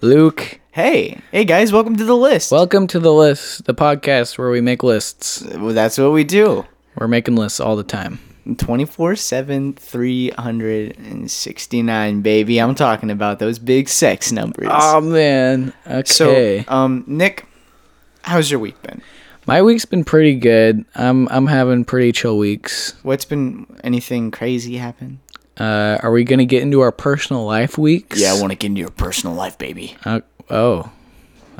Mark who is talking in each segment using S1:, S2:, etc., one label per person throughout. S1: Luke,
S2: Hey, hey guys, welcome to the list.
S1: welcome to the list, the podcast where we make lists.
S2: Well, that's what we do.
S1: We're making lists all the time.
S2: 24/7 369 baby. I'm talking about those big sex numbers.
S1: Oh man.
S2: so,
S1: Okay.
S2: um Nick, how's your week been?
S1: My week's been pretty good. I'm I'm having pretty chill weeks.
S2: What's been anything crazy happen?
S1: Uh, are we gonna get into our personal life weeks?
S2: Yeah, I want to get into your personal life, baby.
S1: Uh, oh,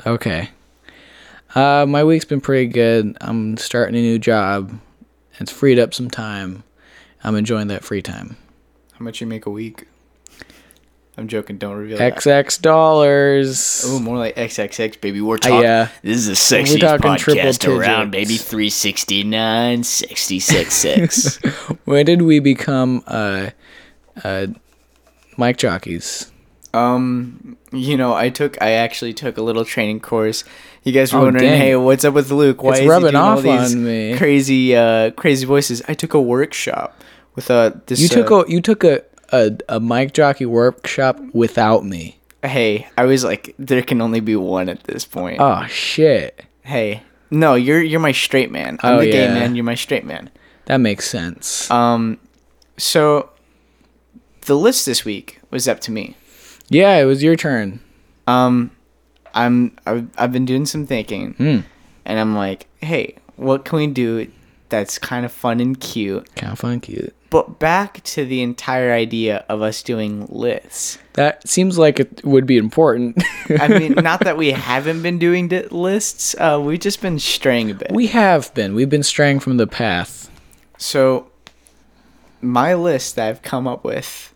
S1: okay. Uh, my week's been pretty good. I'm starting a new job. It's freed up some time. I'm enjoying that free time.
S2: How much you make a week? I'm joking, don't reveal that.
S1: XX dollars.
S2: Oh, more like XXX, baby. We're
S1: Uh,
S2: talking.
S1: yeah.
S2: This is a sexy
S1: We're talking triple
S2: podcast around,
S1: digits.
S2: baby. 369, 666.
S1: When did we become uh, uh, mic jockeys?
S2: um, you know, I took, I actually took a little training course. You guys were
S1: Oh,
S2: wondering,
S1: dang.
S2: hey, what's up with Luke? Why
S1: It's
S2: is he
S1: rubbing
S2: doing all
S1: off
S2: these
S1: on me.
S2: crazy, uh, crazy voices? I took a workshop with uh, this.
S1: You took
S2: uh,
S1: a you took a, a a mic jockey workshop without me.
S2: Hey, I was like, there can only be one at this point.
S1: Oh shit,
S2: hey, no, you're you're my straight man. I'm
S1: Oh,
S2: the gay
S1: yeah.
S2: man. You're my straight man.
S1: that makes sense.
S2: Um, so the list this week was up to me.
S1: yeah, it was your turn.
S2: Um, I'm I've, I've been doing some thinking,
S1: Hmm.
S2: and I'm like, hey, what can we do that's kind of fun and cute?
S1: Kind of fun, cute.
S2: But back to the entire idea of us doing lists.
S1: That seems like it would be important.
S2: I mean, not that we haven't been doing di- lists. Uh, we've just been straying a bit.
S1: we have been. We've been straying from the path.
S2: So, my list that I've come up with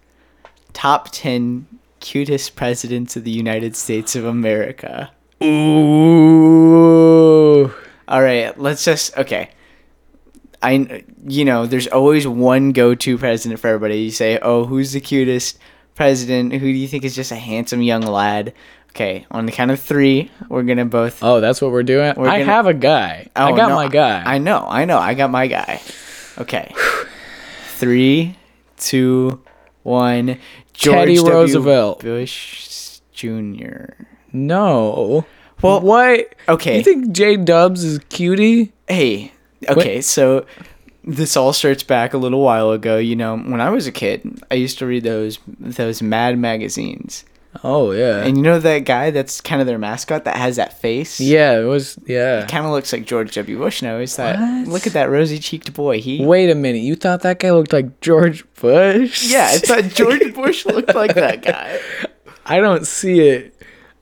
S2: top 10 cutest presidents of the United States of America.
S1: Ooh.
S2: All right, let's just okay. I you know, there's always one go-to president for everybody. You say, "Oh, who's the cutest president? Who do you think is just a handsome young lad?" Okay, on the count of 3, we're going to both
S1: Oh, that's what we're doing. I
S2: gonna-
S1: have a guy. I
S2: Oh,
S1: got
S2: no,
S1: my guy.
S2: I know, I know. I got my guy. Okay. Three, two, one. George
S1: Teddy
S2: W.
S1: Roosevelt.
S2: Bush Jr.
S1: no.
S2: Well,
S1: what?
S2: okay.
S1: You think J Dubs is cutie?
S2: Hey, okay, so this all starts back a little while ago. You know, when I was a kid, I used to read those those Mad magazines,
S1: Oh yeah.
S2: and you know that guy that's kind of their mascot that has that face.
S1: yeah, it was. Yeah.
S2: Kind of looks like George W. Bush now. Is that
S1: What?
S2: look at that rosy cheeked boy? He
S1: Wait a minute. You thought that guy looked like George Bush?
S2: yeah, I thought George Bush looked like that guy.
S1: I don't see it.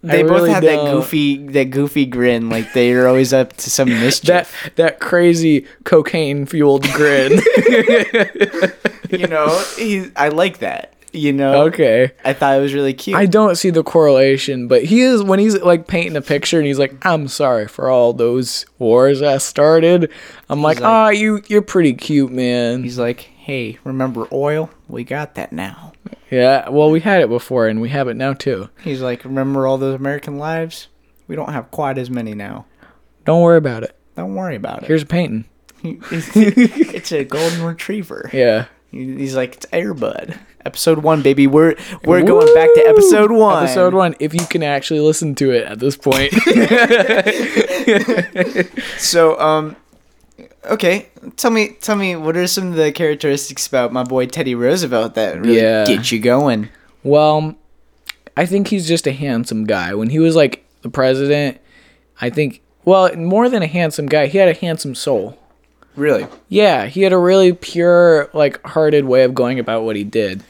S2: They
S1: I
S2: both
S1: really
S2: had that
S1: don't.
S2: goofy that goofy grin, like they were always up to some
S1: That
S2: mischief.
S1: that crazy cocaine fueled grin.
S2: you know, he, I like that. You know,
S1: okay.
S2: I thought it was really cute.
S1: I don't see the correlation, but he is when he's like painting a picture and he's like, "I'm sorry for all those wars I started." I'm like,
S2: like-
S1: "Ah, you you're pretty cute, man."
S2: He's like, hey, remember oil? We got that now.
S1: Yeah. Well, we had it before and we have it now too.
S2: He's like, remember all those American lives? We don't have quite as many now.
S1: Don't worry about it.
S2: Don't worry about it.
S1: Here's a painting.
S2: it's a golden retriever.
S1: Yeah.
S2: He's like, it's Airbud. Episode one, baby. We're we're going back to
S1: Woo!
S2: episode one.
S1: Episode one. If you can actually listen to it at this point.
S2: So, um, okay. Tell me, tell me, what are some of the characteristics about my boy Teddy Roosevelt that really
S1: Yeah.
S2: get you going?
S1: Well, I think he's just a handsome guy. When he was like the president, I think well, more than a handsome guy, he had a handsome soul.
S2: Really?
S1: Yeah, he had a really pure, like hearted way of going about what he did.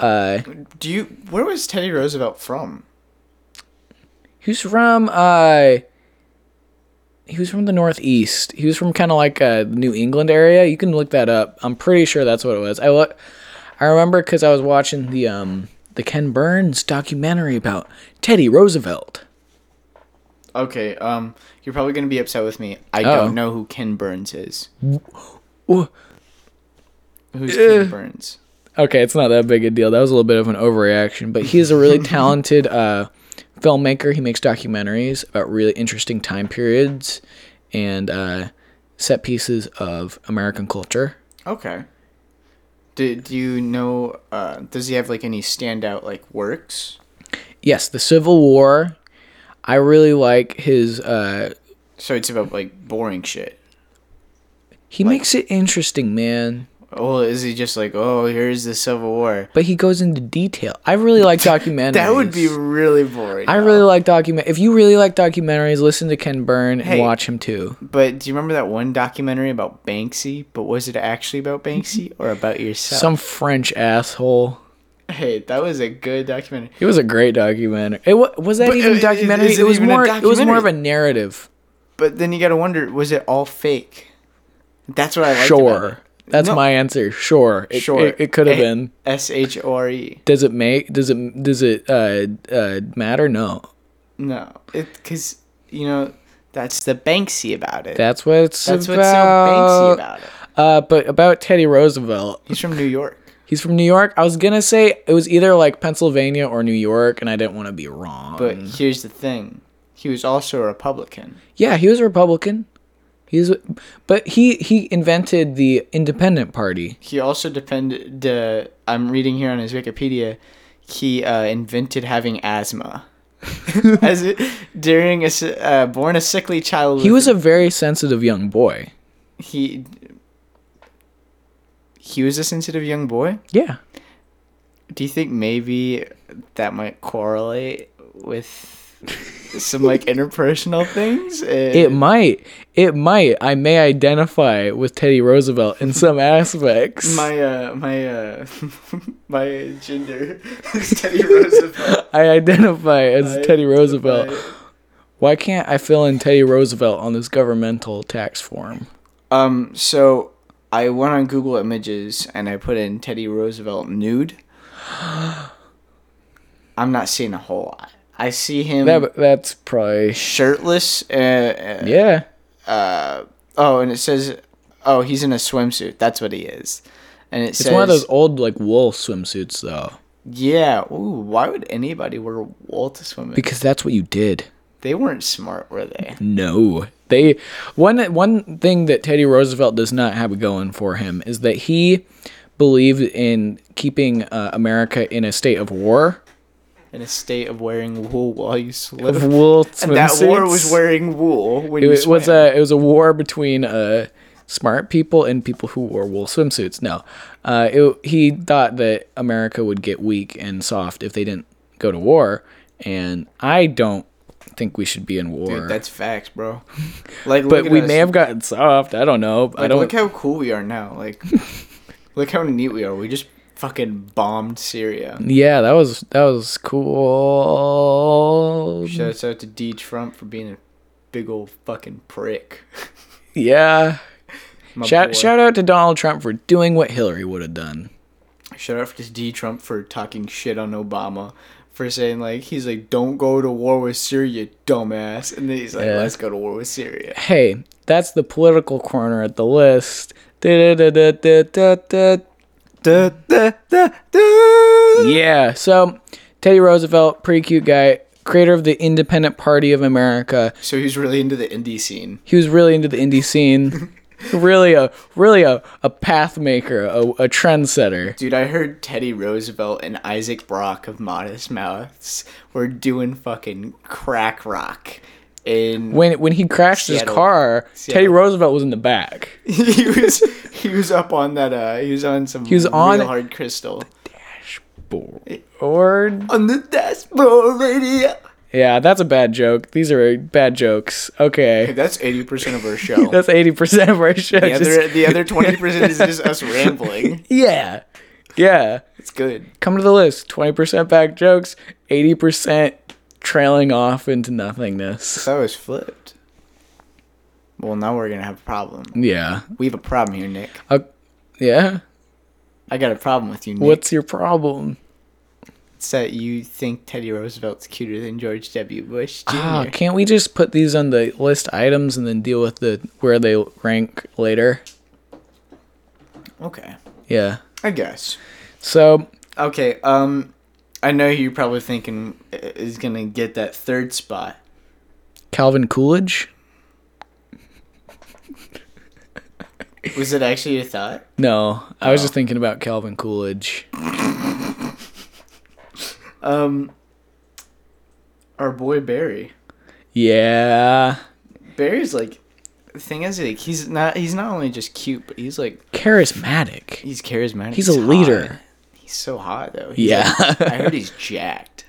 S1: Uh
S2: Do you? Where was Teddy Roosevelt from?
S1: he was from uh he was from the northeast. He was from kind of like uh, New England area. You can look that up. I'm pretty sure that's what it was. I lo- I remember because I was watching the um the Ken Burns documentary about Teddy Roosevelt.
S2: Okay, um, you're probably gonna be upset with me. I
S1: Oh.
S2: don't know who Ken Burns is.
S1: Wha-
S2: Who's
S1: eh.
S2: Ken Burns?
S1: okay, it's not that big a deal. That was a little bit of an overreaction, but he is a really talented uh, filmmaker. He makes documentaries about really interesting time periods and uh, set pieces of American culture.
S2: Okay. Do, do you know? Uh, does he have like any standout like works?
S1: yes, the Civil War. I really like his. Uh,
S2: So it's about like boring shit.
S1: he makes it interesting, man.
S2: Oh, is he just like, oh, here's the Civil War?
S1: But he goes into detail. I really like documentaries.
S2: That would be really boring.
S1: I
S2: though.
S1: really like document. If you really like documentaries, listen to Ken Burn and
S2: Hey.
S1: watch him too.
S2: But do you remember that one documentary about Banksy? But was it actually about Banksy or about yourself?
S1: Mm-hmm. Some French asshole.
S2: hey, that was a good documentary.
S1: It was a great documentary. It wa- was that
S2: But
S1: even
S2: i- i-
S1: documentary?
S2: is
S1: It,
S2: it
S1: was
S2: even a
S1: more. It was more of a
S2: documentary?
S1: narrative.
S2: But then you gotta wonder, was it all fake? That's what I liked about it.
S1: Sure, that's
S2: No.
S1: my answer. Sure, it,
S2: Sure.
S1: It, it could have
S2: A-
S1: been.
S2: S H R E.
S1: Does it make? Does it? Does it uh, uh, matter? No.
S2: No, it because you know that's the Banksy about it.
S1: That's what it's
S2: that's
S1: about.
S2: what's so Banksy about it.
S1: Uh, but about Teddy Roosevelt.
S2: He's from New York.
S1: He's from New York. I was gonna say it was either like Pennsylvania or New York, and I didn't want to be wrong.
S2: But here's the thing: he was also a Republican.
S1: yeah, he was a Republican. He's, but he he invented the Independent Party.
S2: He also depended. Uh, I'm reading here on his Wikipedia. He uh, invented having asthma. As it, during a s- uh, born a sickly child,
S1: He
S2: with-
S1: was a very sensitive young boy.
S2: he he was a sensitive young boy.
S1: Yeah,
S2: Do you think maybe that might correlate with some like interpersonal things?
S1: it might, it might. I may identify with Teddy Roosevelt in some aspects.
S2: my uh my uh my gender is Teddy Roosevelt.
S1: I identify as
S2: I
S1: Teddy Roosevelt.
S2: identify-
S1: Why can't I fill in Teddy Roosevelt on this governmental tax form?
S2: Um, so I went on Google Images and I put in Teddy Roosevelt nude. I'm not seeing a whole lot. I see him
S1: That that's probably
S2: shirtless. Uh, uh,
S1: yeah.
S2: uh, oh, and it says, oh, he's in a swimsuit. That's what he is. And it
S1: It's
S2: says,
S1: one of those old like wool swimsuits though,
S2: yeah. Ooh, why would anybody wear wool to swim? in?
S1: because that's what you did.
S2: they weren't smart, were they?
S1: No, they one one thing that Teddy Roosevelt does not have going for him is that he believed in keeping uh, America in a state of war
S2: In a state of wearing wool while you swim.
S1: of wool swimsuits.
S2: And that war was wearing wool when
S1: it
S2: you
S1: was-
S2: swim.
S1: was a it was a war between uh smart people and people who wore wool swimsuits. No, uh, it, he thought that America would get weak and soft if they didn't go to war, and I don't think we should be in war.
S2: Dude, that's facts, bro. Like,
S1: but
S2: look at
S1: we
S2: us.
S1: may have gotten soft. I don't know. I
S2: Like,
S1: don't.
S2: Look how cool we are now. Like, look how neat we are. We just fucking bombed Syria.
S1: yeah, that was that was cool.
S2: Shouts out to D. Trump for being a big old fucking prick.
S1: Yeah.
S2: My boy.
S1: Shout shout out to Donald Trump for doing what Hillary would have done.
S2: Shout out to D. Trump for talking shit on Obama for saying like he's like don't go to war with Syria, dumbass, and then he's like
S1: Yeah.
S2: let's go to war with Syria.
S1: hey, that's the political corner at the list. Da-da-da-da-da-da-da.
S2: Da, da, da, da.
S1: Yeah, so Teddy Roosevelt, pretty cute guy, creator of the Independent Party of America.
S2: So he's really into the indie scene.
S1: He was really into the indie scene. really a really a, a path maker, a, a trendsetter.
S2: Dude, I heard Teddy Roosevelt and Isaac Brock of Modest Mouths were doing fucking crack rock. And
S1: When when he crashed his
S2: Seattle.
S1: car, Teddy
S2: Seattle.
S1: Roosevelt was in the back.
S2: he was he was up on that uh he was on some he
S1: was on-
S2: hard crystal.
S1: Or
S2: On the dashboard radio.
S1: yeah, that's a bad joke. These are bad jokes. Okay.
S2: That's eighty percent of our show.
S1: That's eighty percent of our show.
S2: the
S1: Just-
S2: other the other twenty percent is just us rambling.
S1: Yeah. Yeah.
S2: It's good.
S1: Come to the list. 20% back jokes, 80% trailing off into nothingness.
S2: That was flipped. Well now we're gonna have a problem.
S1: Yeah.
S2: We have a problem here, Nick.
S1: Uh, yeah.
S2: I got a problem with you, Nick.
S1: What's your problem?
S2: It's that you think Teddy Roosevelt's cuter than George W. Bush Jr.
S1: Ah, can't we just put these on the list items and then deal with the where they rank later?
S2: Okay.
S1: Yeah.
S2: I guess.
S1: So,
S2: Okay, um I know you're probably thinking uh, is going to get that third spot.
S1: Calvin Coolidge?
S2: Was it actually a thought?
S1: No, I was just thinking about Calvin Coolidge.
S2: Um our boy Barry.
S1: Yeah.
S2: Barry's like the thing is like he's not he's not only just cute, but he's like
S1: Charismatic.
S2: he's charismatic.
S1: He's a leader.
S2: hot. He's so hot though. He's
S1: Yeah.
S2: like- I heard he's jacked.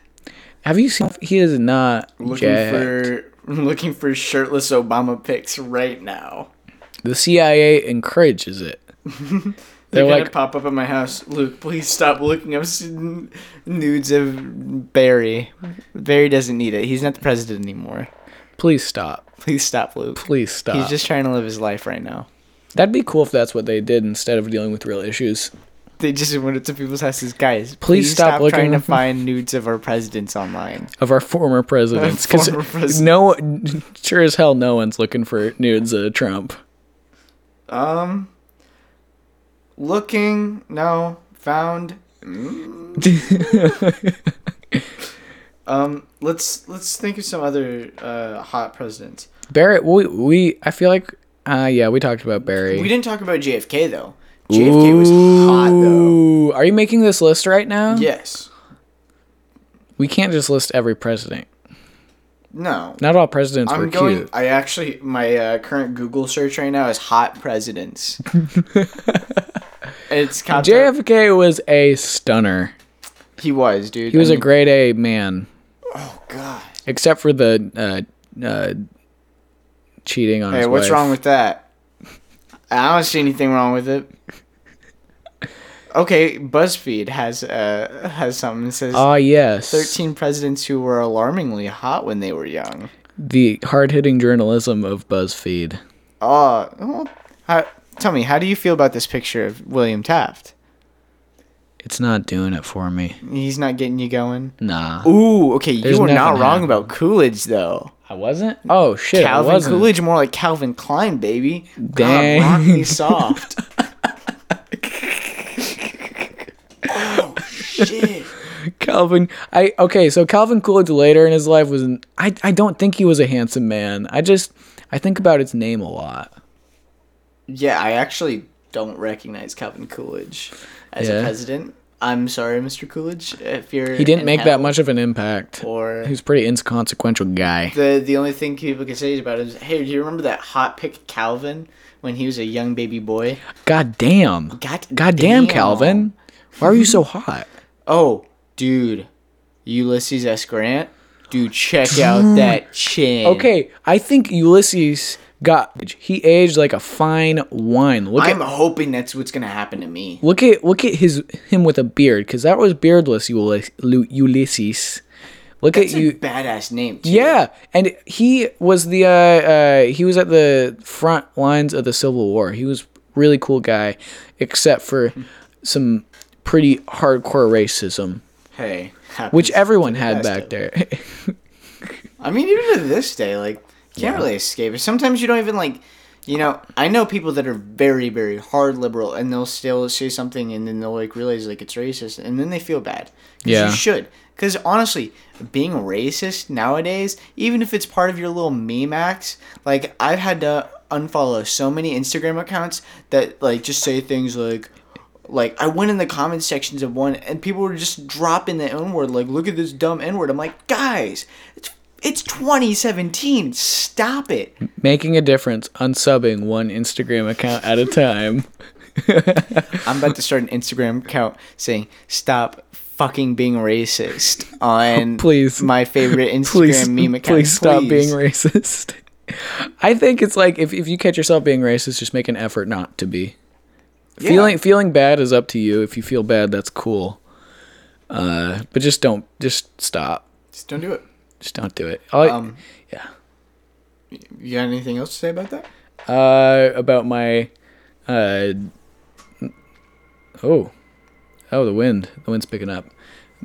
S1: Have you seen? He is not
S2: Looking
S1: jacked.
S2: for looking for shirtless Obama pics right now.
S1: The CIA encourages it. They're
S2: They're gonna
S1: like,
S2: pop up at my house. Luke, please stop looking up s- nudes of Barry. Barry doesn't need it. He's not the president anymore.
S1: please stop.
S2: Please stop, Luke.
S1: Please stop.
S2: He's just trying to live his life right now.
S1: That'd be cool if that's what they did instead of dealing with real issues.
S2: They just went up to people's houses, guys. Please,
S1: stop
S2: stop,
S1: looking
S2: trying to
S1: up-
S2: find nudes of our presidents online.
S1: of our former presidents because
S2: Former presidents.
S1: no sure as hell no one's looking for nudes of trump
S2: Um, looking, no, found. Um, let's let's think of some other uh, hot presidents.
S1: barrett we, we i feel like uh yeah we talked about barry
S2: We didn't talk about JFK though. JFK was hot though.
S1: Ooh, are you making this list right now
S2: Yes.
S1: we can't just list every president
S2: No.
S1: not all presidents were
S2: I'm going.
S1: cute
S2: I actually, my uh, current Google search right now is hot presidents. it's kind of
S1: jfk was a stunner
S2: he was dude.
S1: he was a grade a man
S2: oh god.
S1: except for the uh uh cheating on
S2: Hey,
S1: his
S2: what's
S1: wife.
S2: wrong with that? I don't see anything wrong with it. Okay, BuzzFeed has uh has something that says
S1: ah yes
S2: thirteen presidents who were alarmingly hot when they were young.
S1: the hard-hitting journalism of buzzfeed
S2: Oh, well, how, tell me, how do you feel about this picture of William Taft?
S1: It's not doing it for me.
S2: He's not getting you going.
S1: Nah.
S2: Ooh, okay,
S1: There's
S2: you were not
S1: nothing
S2: wrong
S1: happening.
S2: about Coolidge though.
S1: I wasn't? Oh shit, I
S2: Calvin
S1: wasn't.
S2: Coolidge, more like Calvin Klein, baby.
S1: Dang.
S2: God, rock me soft. oh shit.
S1: Calvin I okay, so Calvin Coolidge later in his life was an, I I don't think he was a handsome man. I just I think about his name a lot.
S2: Yeah, I actually don't recognize Calvin Coolidge as
S1: Yeah.
S2: a president. I'm sorry, Mr. Coolidge, if you're
S1: He didn't
S2: in
S1: make that
S2: hell
S1: much of an impact.
S2: or
S1: He was a pretty inconsequential guy.
S2: the the only thing people can say about him is, hey, do you remember that hot pick Calvin when he was a young baby boy?
S1: God damn.
S2: God,
S1: God damn, Calvin. Why are you so hot?
S2: Oh, dude, Ulysses S. Grant. Dude, check out that chin.
S1: Okay, I think Ulysses got he aged like a fine wine. Look at
S2: I'm hoping that's what's gonna happen to me.
S1: Look at look at his him with a beard because that was beardless Ulyss- Lu- Ulysses. Look
S2: It's
S1: at you,
S2: a badass name. too.
S1: yeah. And he was the uh, uh, he was at the front lines of the Civil War. He was really cool guy, except for
S2: Hmm.
S1: some pretty hardcore racism,
S2: Hey. happens
S1: which
S2: to
S1: everyone
S2: the best
S1: had back
S2: of-
S1: there.
S2: I mean, even to this day, like, you can't really escape it. Sometimes you don't even like. You know, I know people that are very, very hard liberal, and they'll still say something, and then they'll like realize like it's racist, and then they feel bad. 'Cause
S1: Yeah.
S2: you should. Because honestly, being racist nowadays, even if it's part of your little meme acts, like I've had to unfollow so many Instagram accounts that like just say things like, like I went in the comment sections of one, and people were just dropping the N word. Like, look at this dumb N word. I'm like, guys, it's it's 2017. Stop it.
S1: Making a difference, unsubbing one Instagram account at a time.
S2: I'm about to start an Instagram account saying "Stop fucking being racist" on
S1: Please.
S2: my favorite Instagram
S1: please,
S2: meme account.
S1: please stop being racist. I think it's like if, if you catch yourself being racist, just make an effort not to be.
S2: Yeah.
S1: Feeling feeling bad is up to you. If you feel bad, that's cool. Uh, but just don't just stop.
S2: Just don't do it.
S1: Just don't do it. All I-
S2: Um,
S1: yeah.
S2: You got anything else to say about that?
S1: Uh, about my uh oh. Oh, the wind. The wind's picking up.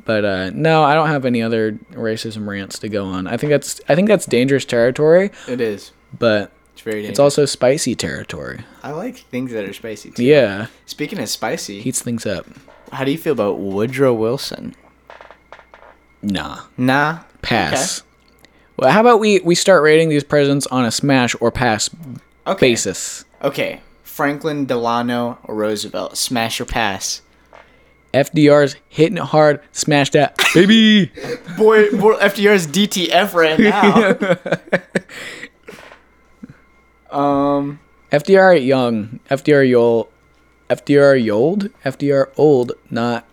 S1: But uh, no, I don't have any other racism rants to go on. I think that's I think that's dangerous territory,
S2: It is.
S1: but
S2: It's very
S1: It's
S2: dangerous.
S1: also spicy territory.
S2: I like things that are spicy. Too.
S1: Yeah,
S2: Speaking of spicy,
S1: heats things up.
S2: how do you feel about Woodrow Wilson?
S1: Nah,
S2: Nah.
S1: pass. Well, how about we we start rating these presidents on a smash or pass
S2: Okay.
S1: basis?
S2: Okay. Franklin Delano Roosevelt. Smash or pass?
S1: FDR's hitting it hard. Smash that, baby.
S2: Boy, boy FDR's DTF right now. um,
S1: FDR young, FDR old, FDR old, FDR old, not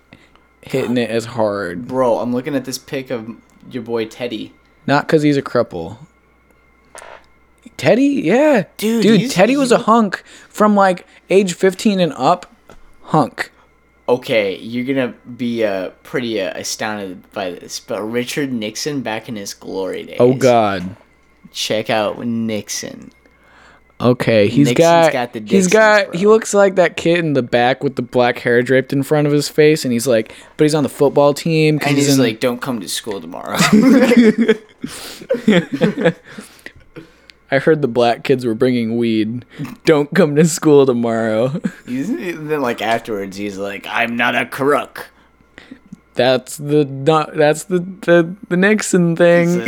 S1: hitting it as hard.
S2: bro, I'm looking at this pic of your boy Teddy.
S1: Not because he's a cripple. Teddy, yeah,
S2: Dude, he's-
S1: Teddy
S2: he
S1: was a hunk from like age fifteen and up, hunk.
S2: Okay, you're gonna be uh, pretty uh, astounded by this, but Richard Nixon back in his glory days.
S1: Oh God.
S2: Check out Nixon.
S1: Okay, he's
S2: Nixon's
S1: got,
S2: got the
S1: he's
S2: Dixons,
S1: got
S2: bro.
S1: he looks like that kid in the back with the black hair draped in front of his face, and he's like, but he's on the football team 'cause
S2: And
S1: he's,
S2: he's
S1: in-
S2: like, "Don't come to school tomorrow."
S1: I heard the black kids were bringing weed. Don't come to school tomorrow.
S2: He's- then, like afterwards, he's like, "I'm not a crook."
S1: That's the not, that's the, the the Nixon thing.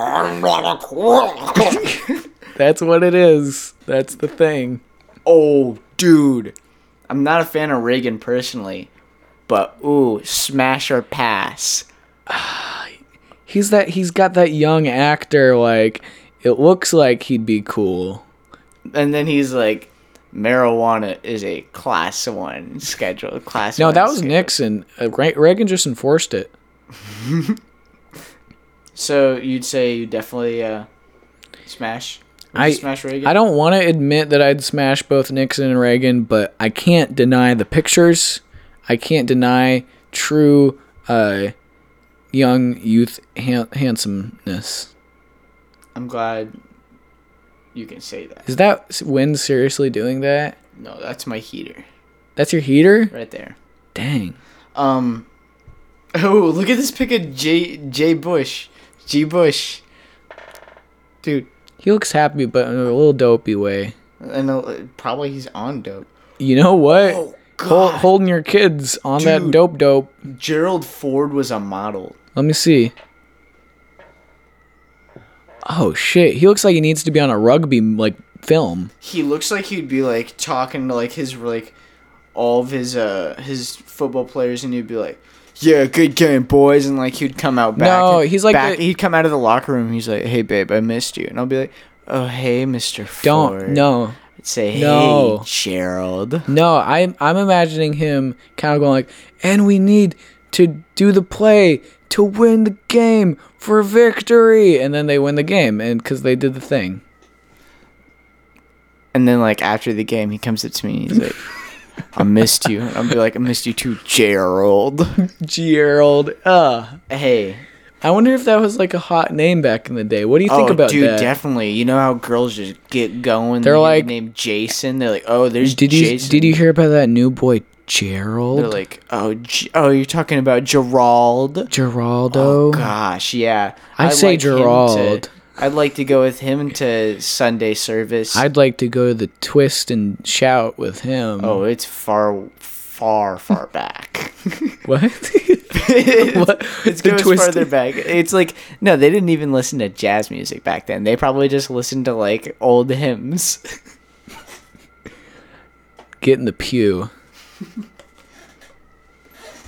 S2: I'm not a crook.
S1: That's what it is. That's the thing.
S2: oh, dude, I'm not a fan of Reagan personally, but ooh, smash or pass.
S1: He's that he's got that young actor like it looks like he'd be cool.
S2: And then he's like, "Marijuana is a class one schedule." Class
S1: No,
S2: one
S1: that was
S2: schedule.
S1: Nixon. Uh, Re- Reagan just enforced it.
S2: So you'd say you definitely uh, smash. Would you
S1: I-
S2: smash Reagan.
S1: I don't want to admit that I'd smash both Nixon and Reagan, but I can't deny the pictures. I can't deny true uh, young youth han- handsomeness.
S2: I'm glad you can say that.
S1: Is that s- wind seriously doing that?
S2: No, that's my heater
S1: That's your heater?
S2: right there.
S1: Dang.
S2: Um. Oh, look at this pic of J J Bush, G Bush, dude.
S1: He looks happy, but in a little dopey way.
S2: And uh, probably he's on dope.
S1: You know what?
S2: Oh,
S1: Hol-
S2: God.
S1: holding your kids on that
S2: Dude.
S1: dope dope.
S2: Gerald Ford was a model.
S1: Let me see. Oh shit, he looks like he needs to be on a rugby like film.
S2: He looks like he'd be like talking to like his like all of his uh his football players, and he'd be like, "Yeah, good game, boys," and like he'd come out back.
S1: No,
S2: and-
S1: he's like
S2: back,
S1: the-
S2: he'd come out of the locker room. He's like, "Hey, babe, I missed you," and I'll be like, "Oh, hey, Mister Ford."
S1: Don't no.
S2: I'd say, "Hey,
S1: No.
S2: Gerald."
S1: No, I'm I'm imagining him kind of going like, and we need to do the play to win the game for victory, and then they win the game, and because they did the thing.
S2: And then like after the game, he comes up to me. and He's like, "I missed you." And I'll be like, "I missed you too, Gerald."
S1: Gerald, uh,
S2: hey,
S1: I wonder if that was like a hot name back in the day. What do you think about
S2: Oh, dude,
S1: that?
S2: definitely. You know how girls just get going.
S1: They're
S2: they
S1: like-
S2: named Jason. They're like, "Oh, there's
S1: did you
S2: Jason."
S1: did you hear about that new boy
S2: They're
S1: Gerald?
S2: like, "Oh, G- oh, you're talking about Gerald."
S1: Geraldo.
S2: Oh gosh, yeah.
S1: I'd say
S2: him to-
S1: Gerald.
S2: I'd like to go with him to Sunday service.
S1: I'd like to go to the twist and shout with him.
S2: oh, it's far, far, far back.
S1: what? What?
S2: It's
S1: The
S2: goes
S1: twist-
S2: further back. It's like no, they didn't even listen to jazz music back then. They probably just listened to like old hymns.
S1: Get in the pew.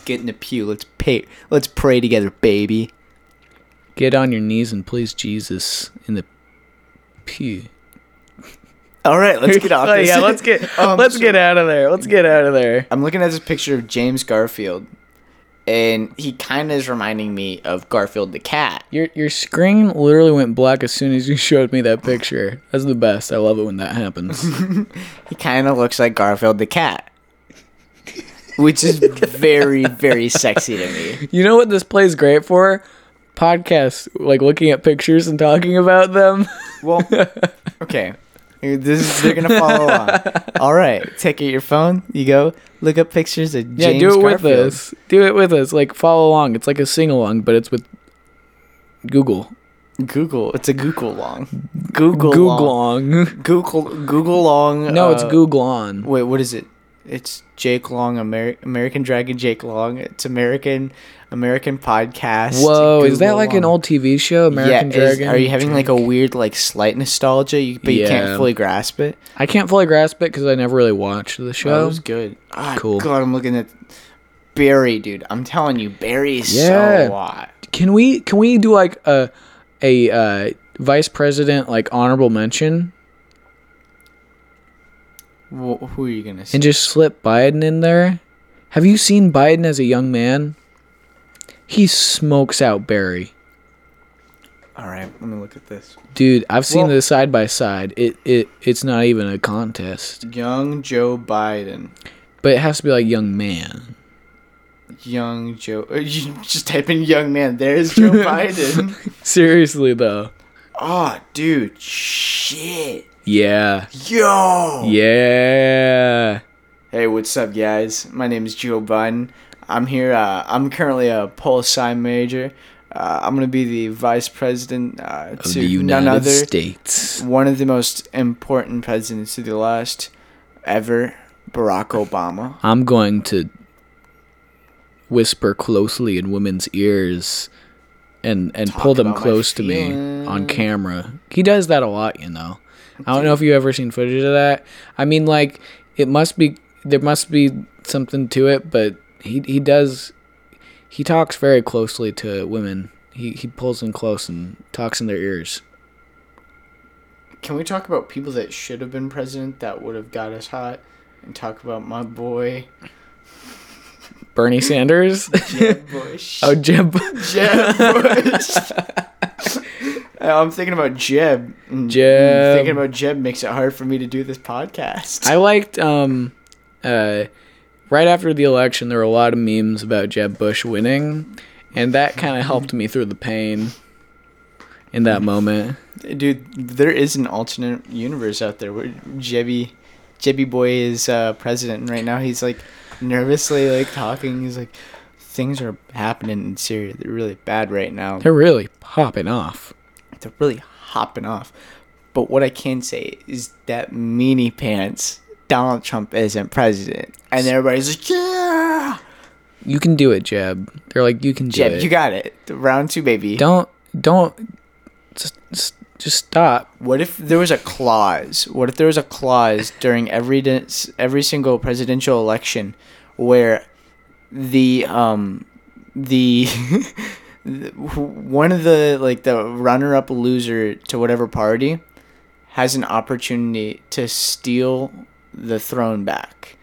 S2: Get in the pew. Let's pay. Let's pray together, baby.
S1: Get on your knees and please Jesus in the pew.
S2: All right, let's get off.
S1: Oh,
S2: this.
S1: yeah, let's get
S2: Um,
S1: let's
S2: so-
S1: get out of there. Let's get out of there.
S2: I'm looking at this picture of James Garfield, and he kind of is reminding me of Garfield the cat.
S1: Your your screen literally went black as soon as you showed me that picture. That's the best. I love it when that happens.
S2: He kind of looks like Garfield the cat, which is very, very sexy to me.
S1: you know what this plays great for? Podcasts, like looking at pictures and talking about them.
S2: Well, okay. This is, they're gonna follow along. All right, take out your phone. You go look up pictures of James
S1: yeah, do it
S2: Garfield.
S1: with us. Do it with us. Like follow along. It's like a sing along, but it's with Google.
S2: Google. It's a Google long. Google.
S1: Google
S2: long.
S1: on.
S2: Google. Google long.
S1: No, it's
S2: uh,
S1: Google on.
S2: Wait, what is it? It's Jake Long, Ameri- American Dragon Jake Long. It's American American podcast.
S1: Whoa, is that
S2: Google
S1: like an
S2: Long.
S1: old TV show, American
S2: yeah, is-
S1: Dragon?
S2: are you having like a weird like slight nostalgia, you, but you
S1: Yeah.
S2: can't fully grasp it?
S1: I can't fully grasp it because I never really watched the
S2: That
S1: show.
S2: was good. Ah,
S1: Cool.
S2: God, I'm looking at Barry, dude. I'm telling you, Barry is
S1: Yeah.
S2: so hot.
S1: Can we can we do like a a uh, vice president like honorable mention
S2: Wh- who are you gonna say?
S1: and just slip Biden in there? Have you seen Biden as a young man? He smokes out Barry.
S2: All right, let me look at this.
S1: Dude, I've seen
S2: Well-
S1: this side by side. It it it's not even a contest.
S2: Young Joe Biden.
S1: But it has to be like young man.
S2: Young Joe. uh, You just type in young man. There's Joe Biden.
S1: Seriously though.
S2: Oh, dude. Shit.
S1: Yeah.
S2: Yo.
S1: Yeah.
S2: Hey, what's up, guys? My name is Joe Biden. I'm here. Uh, I'm currently a poli sci major. Uh, I'm gonna be the vice president uh,
S1: Of
S2: to
S1: the United
S2: none other,
S1: States.
S2: one of the most important presidents to the last ever, Barack Obama.
S1: I'm going to whisper closely in women's ears and and
S2: Talk
S1: pull them
S2: about my
S1: close to me on
S2: feelings.
S1: camera. He does that a lot, you know. I don't know if you've ever seen footage of that. I mean like it must be there must be something to it, but he he does he talks very closely to women. He he pulls them close and talks in their ears.
S2: Can we talk about people that should have been president that would have got us hot, and talk about my boy
S1: Bernie Sanders?
S2: Jeb Bush?
S1: oh, Jeb
S2: Jeb Bush. Uh, I'm thinking about Jeb. Mm,
S1: Jeb.
S2: Thinking about Jeb makes it hard for me to do this podcast.
S1: I liked um uh right after the election there were a lot of memes about Jeb Bush winning and that kind of helped me through the pain in that moment.
S2: Dude, there is an alternate universe out there where Jebby, Jebby boy is uh, president, and right now he's like nervously like talking. He's like, things are happening in Syria. They're really bad right now.
S1: They're really popping off.
S2: They're really hopping off. But what I can say is that meanie pants. Donald Trump isn't president, and everybody's like, yeah.
S1: You can do it, Jeb. They're like you can do
S2: Jeb,
S1: it.
S2: you got it. Round two, baby.
S1: don't don't just, just just stop.
S2: What if there was a clause? What if there was a clause during every de- every single presidential election where the um the one of the like the runner up loser to whatever party has an opportunity to steal the throne back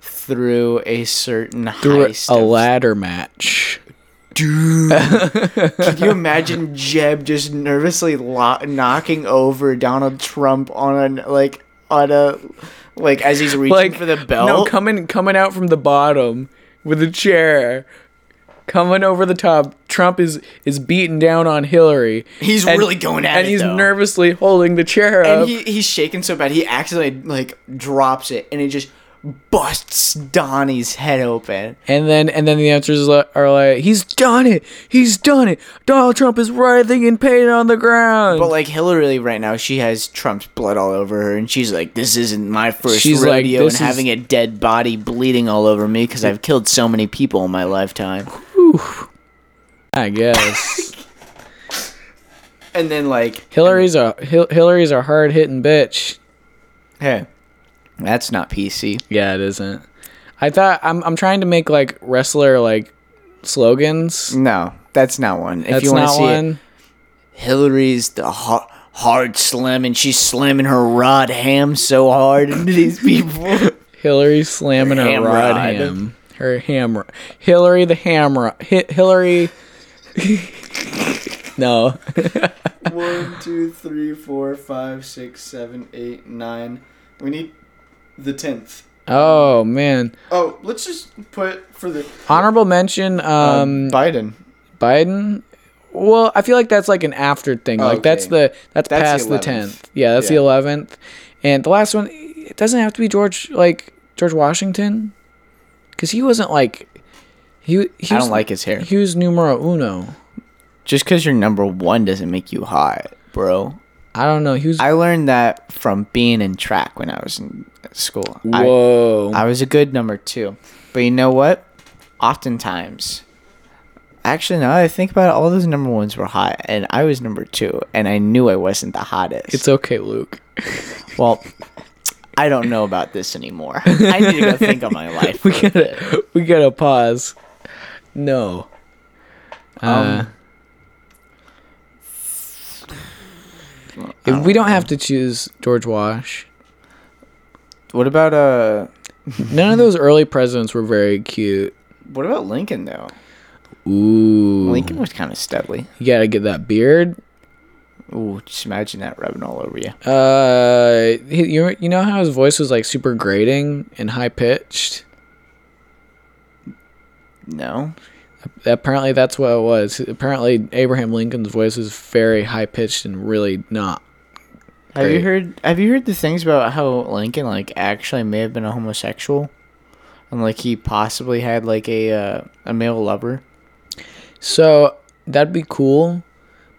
S2: through a certain
S1: Through
S2: heist
S1: a
S2: of-
S1: ladder match.
S2: dude. Can you imagine Jeb just nervously lo- knocking over Donald Trump on a like on a like as he's reaching
S1: Like
S2: for the belt?
S1: No, coming coming out from the bottom with a chair. Coming over the top, Trump is is beating down on Hillary.
S2: he's
S1: and-
S2: really going at
S1: and
S2: it.
S1: he's
S2: though.
S1: nervously holding the chair up.
S2: And he, he's shaking so bad he accidentally like drops it and it just busts Donnie's head open.
S1: And then and then the answers li- are like, he's done it, he's done it. Donald Trump is writhing in pain on the ground.
S2: But like Hillary right now, she has Trump's blood all over her, and she's like, "This isn't my first
S1: She's like,
S2: rodeo,
S1: "This
S2: and
S1: is-
S2: having a dead body bleeding all over me because I've killed so many people in my lifetime."
S1: I guess
S2: And then like
S1: Hillary's a Hil- Hillary's a hard hitting bitch.
S2: Hey, that's not PC.
S1: Yeah, it isn't. I thought I'm I'm trying to make like wrestler like slogans.
S2: No, that's not one. If
S1: That's
S2: you want to
S1: not
S2: see
S1: one.
S2: it, Hillary's the hard, hard slim, and she's slamming her rod ham so hard into these people.
S1: Hillary slamming her
S2: Ham
S1: rod
S2: rod.
S1: ham. Her hammer. Hillary the hammer. Hi- Hillary. no.
S2: one, two, three, four, five, six, seven, eight, nine. We need the tenth.
S1: Oh man.
S2: Oh, let's just put for the
S1: Honorable mention, um,
S2: Biden.
S1: Biden. Well, I feel like that's like an after thing. Like that's
S2: Okay.
S1: the
S2: That's
S1: that's,
S2: the
S1: past the
S2: 11th.
S1: tenth. Yeah, that's the
S2: Yeah.
S1: eleventh. And the last one, it doesn't have to be George like George Washington, because he wasn't like he. he was,
S2: I don't like his hair.
S1: He was numero uno.
S2: Just because you're number one doesn't make you hot, bro.
S1: I don't know. He was.
S2: I learned that from being in track when I was in school. I-
S1: whoa.
S2: I was a good number two. But you know what? Oftentimes, actually, now that I think about it, all those number ones were hot, and I was number two, and I knew I wasn't the hottest.
S1: it's okay, Luke.
S2: well, I don't know about this anymore. I need to go think of my life.
S1: We gotta we gotta pause. No. Uh, Um, if we don't have to choose George Wash,
S2: What about uh?
S1: none of those early presidents were very cute.
S2: What about Lincoln though?
S1: Ooh.
S2: Lincoln was kind of studly.
S1: You gotta get that beard.
S2: Ooh, just imagine that rubbing all over you.
S1: Uh, he- you you know how his voice was like super grating and high pitched.
S2: No.
S1: Apparently, that's what it was. Apparently, Abraham Lincoln's voice was very high pitched and really not.
S2: Have you
S1: Great.
S2: heard? Have you heard the things about how Lincoln like actually may have been a homosexual, and like he possibly had like a uh, a male lover?
S1: So that'd be cool,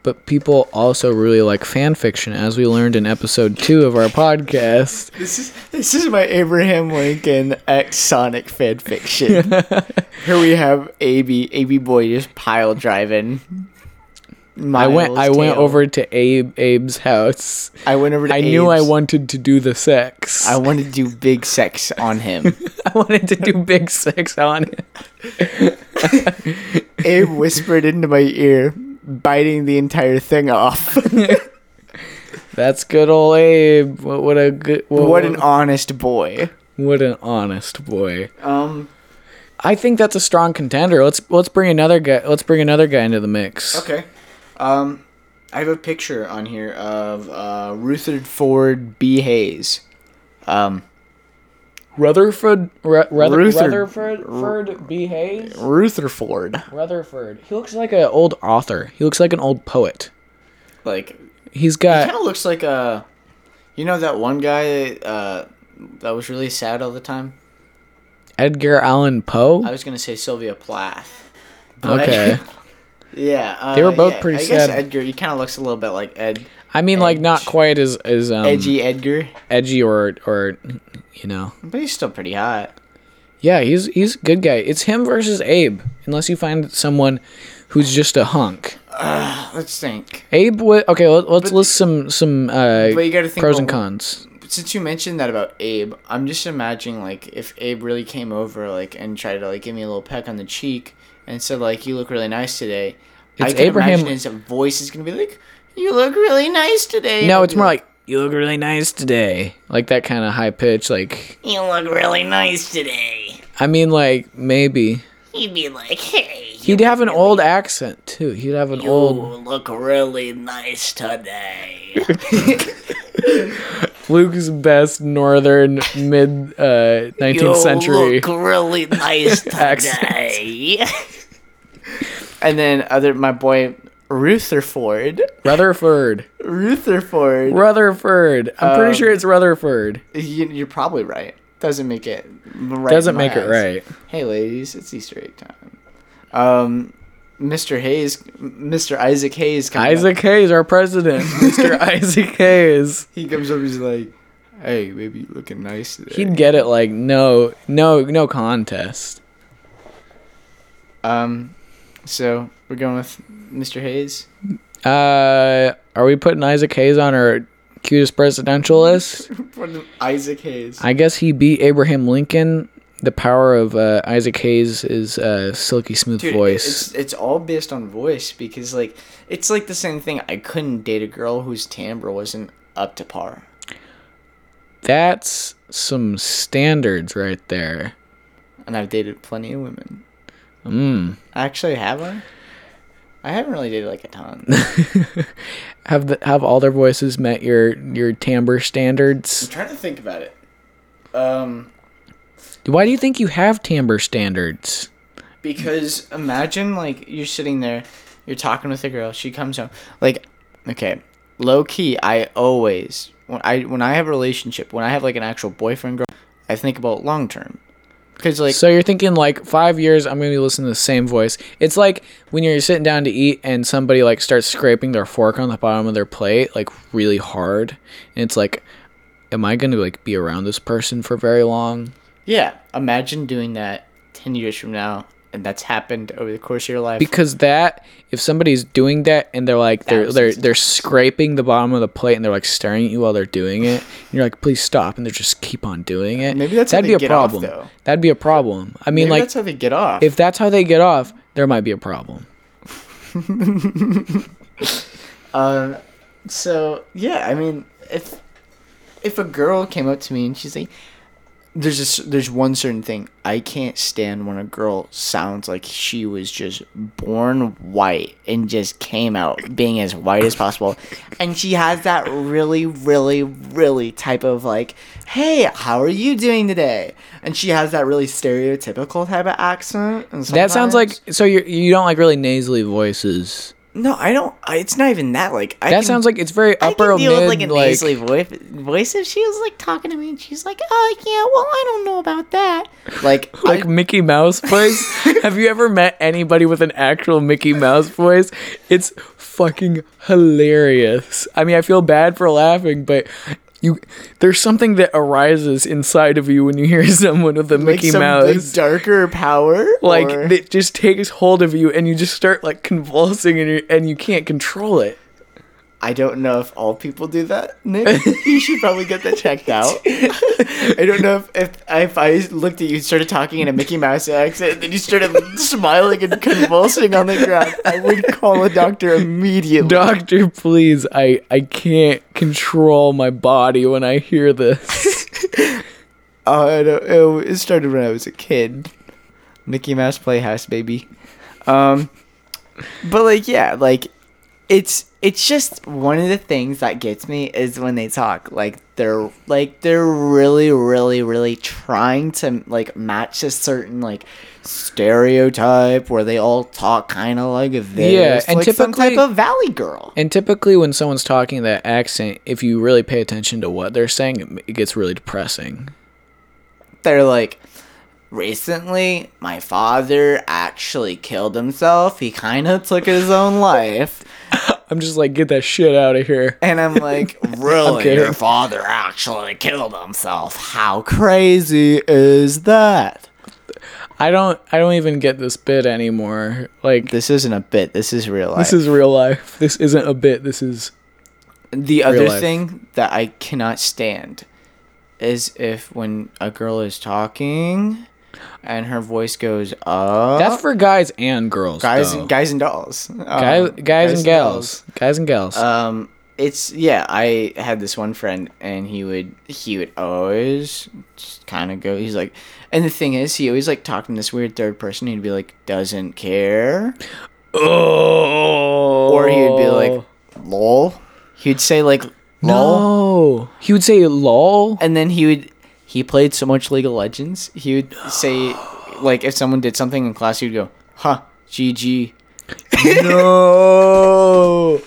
S1: but people also really like fan fiction, as we learned in episode two of our podcast.
S2: This is this is my Abraham Lincoln ex Sonic fan fiction. Here we have AB AB boy just pile driving.
S1: I went I
S2: Miles'
S1: went
S2: tail.
S1: over to Abe Abe's house.
S2: I went over. To
S1: I knew I
S2: Abe's.
S1: wanted to do the sex.
S2: I wanted to do big sex on him.
S1: I wanted to do big sex on it.
S2: Abe whispered into my ear, biting the entire thing off.
S1: That's good old Abe. What, what a good what,
S2: what an honest boy.
S1: what an honest boy.
S2: Um.
S1: I think that's a strong contender. Let's let's bring another guy. Let's bring another guy into the mix.
S2: Okay. Um, I have a picture on here of uh, Rutherford Ford B. Hayes. Um,
S1: Rutherford Ru- Ruther-
S2: Ruther-
S1: Rutherford Ford B Hayes.
S2: Rutherford,
S1: Rutherford. He looks like an old author. He looks like an old poet.
S2: like
S1: He's
S2: kind
S1: got
S2: of looks like a, you know that one guy uh, that was really sad all the time.
S1: Edgar Allan
S2: I
S1: Poe.
S2: was gonna say Sylvia Plath. but-
S1: Okay.
S2: yeah. Uh,
S1: They were both
S2: yeah,
S1: pretty
S2: I guess
S1: sad.
S2: Edgar. He kind of looks a little bit like Ed.
S1: I mean, like not
S2: Edge.
S1: quite as as um, edgy,
S2: Edgy Edgar,
S1: edgy or or you know.
S2: but he's still pretty hot.
S1: Yeah, he's he's a good guy. It's him versus Abe, unless you find someone who's just a hunk.
S2: Let's think.
S1: Abe, wa okay, let, let's list some some uh,
S2: But you got to think
S1: pros
S2: about
S1: and
S2: what-
S1: cons.
S2: since you mentioned that about Abe, I'm just imagining like if Abe really came over like and tried to like give me a little peck on the cheek and said like you look really nice today. I
S1: It's
S2: can
S1: Abraham-
S2: imagine his voice is gonna be like you look really nice today.
S1: No,
S2: I'd
S1: it's
S2: be
S1: more like you look really nice today, like that kind of high pitch. Like,
S3: You look really nice today.
S1: I mean, like maybe
S3: You'd be like, hey,
S1: he'd have an old accent too. He'd have an old
S3: you look really nice today.
S1: Luke's best northern mid uh,
S3: you
S1: 19th century.
S3: look really nice
S1: Accent.
S3: today.
S2: and then other my boy Rutherford,
S1: Rutherford,
S2: Rutherford.
S1: Rutherford. I'm
S2: Um,
S1: pretty sure it's Rutherford.
S2: you, you're probably right. Doesn't make it right.
S1: Doesn't
S2: in my
S1: make it
S2: eyes.
S1: right.
S2: Hey ladies, it's Easter egg time. Um, Mr. Hayes, Mr. Isaac Hayes. coming up.
S1: Isaac Hayes, our president, Mr. Isaac Hayes.
S2: He comes up, he's like, "Hey, baby, you looking nice today."
S1: He'd get it like no, no, no contest.
S2: Um, so we're going with Mr. Hayes.
S1: Uh, are we putting Isaac Hayes on our cutest presidential list?
S2: Isaac Hayes.
S1: I guess he beat Abraham Lincoln. The power of uh, Isaac Hayes is uh, silky smooth
S2: Dude,
S1: voice.
S2: It's it's all based on voice because like it's like the same thing. I couldn't date a girl whose timbre wasn't up to par.
S1: That's some standards right there.
S2: And I've dated plenty of women.
S1: Mm.
S2: Actually, have I? I haven't really dated like a ton.
S1: Have the, have all their voices met your your timbre standards?
S2: trying to think about it. Um,
S1: Why do you think you have timbre standards?
S2: Because imagine like you're sitting there, you're talking with a girl, she comes home. Like, okay, low key, I always when I when I have a relationship, when I have like an actual boyfriend girl, I think about long term. Cuz like
S1: So you're thinking like five years, I'm gonna be listening to the same voice. It's like when you're sitting down to eat and somebody like starts scraping their fork on the bottom of their plate like really hard, and it's like, am I gonna like be around this person for very long?
S2: yeah, imagine doing that 10 years from now and that's happened over the course of your life.
S1: because that if somebody's doing that and they're like they're
S2: Thousands
S1: they're
S2: of
S1: they're scraping the bottom of the plate and they're like staring at you while they're doing it and you're like please stop and they just keep on doing it
S2: Maybe that's how
S1: that'd
S2: they
S1: be a
S2: get off,
S1: problem
S2: though.
S1: that'd be a problem i mean
S2: Maybe
S1: like
S2: that's how they get off.
S1: if that's how they get off there might be a problem
S2: Um, so yeah, I mean, if if a girl came up to me and she's like, "There's a, s- there's one certain thing I can't stand when a girl sounds like she was just born white and just came out being as white as possible, and she has that really, really, really type of like, "Hey, how are you doing today?" And she has that really stereotypical type of accent. And
S1: that sounds
S2: sometimes-
S1: like so you you don't like really nasally voices
S2: no, I don't. I, it's not even that. Like I
S1: that
S2: can-
S1: sounds like it's very
S2: I
S1: upper
S2: can deal with like a
S1: mid like,
S2: nasally voice, voice if she was like talking to me and she's like, "Oh yeah, well I don't know about that." Like,
S1: like
S2: I,
S1: Mickey Mouse voice. Have you ever met anybody with an actual Mickey Mouse voice? It's fucking hilarious. I mean, I feel bad for laughing, but you there's something that arises inside of you when you hear someone with a
S2: like
S1: Mickey
S2: some, like,
S1: Mouse.
S2: darker power,
S1: Like
S2: or-
S1: it just takes hold of you, and you just start like convulsing, and you and you can't control it.
S2: I don't know if all people do that. Nick, you should probably get that checked out. I don't know if, if if I looked at you, started talking in a Mickey Mouse accent, and then you started smiling and convulsing on the ground. I would call a doctor immediately.
S1: Doctor, please, I I can't control my body when I hear this.
S2: Oh, I don't- it, wa- it started when I was a kid. Mickey Mouse Playhouse, baby. Um, but like, yeah, like it's it's just one of the things that gets me is when they talk like they're like they're really really really trying to like match a certain like stereotype where they all talk kind of like this
S1: Yeah, and
S2: like some type
S1: typically-
S2: of valley girl
S1: And typically, when someone's talking that accent, if you really pay attention to what they're saying, it- it gets really depressing.
S2: they're like recently my father actually killed himself he kind of took his own life
S1: I'm just like, get that shit out of here.
S2: and i'm like really
S1: Okay.
S2: your father actually killed himself how crazy is that
S1: I don't, I don't even get this bit anymore. Like,
S2: this isn't a bit this is real life
S1: this is real life. This isn't a bit. This is
S2: the other
S1: life.
S2: thing that i cannot stand is if when a girl is talking and her voice goes up
S1: that's for guys and girls.
S2: guys
S1: though.
S2: and guys and dolls Um,
S1: Guy- guys, and gals, guys and gals.
S2: um it's yeah i had this one friend and he would he would always just kind of go he's like and the thing is he always like talked in this weird third person he'd be like doesn't care
S1: oh,
S2: or he would be like lol he'd say like lol
S1: no. He would say lol.
S2: and then he would he played so much league of legends he would say like if someone did something in class he would go huh gg
S1: no.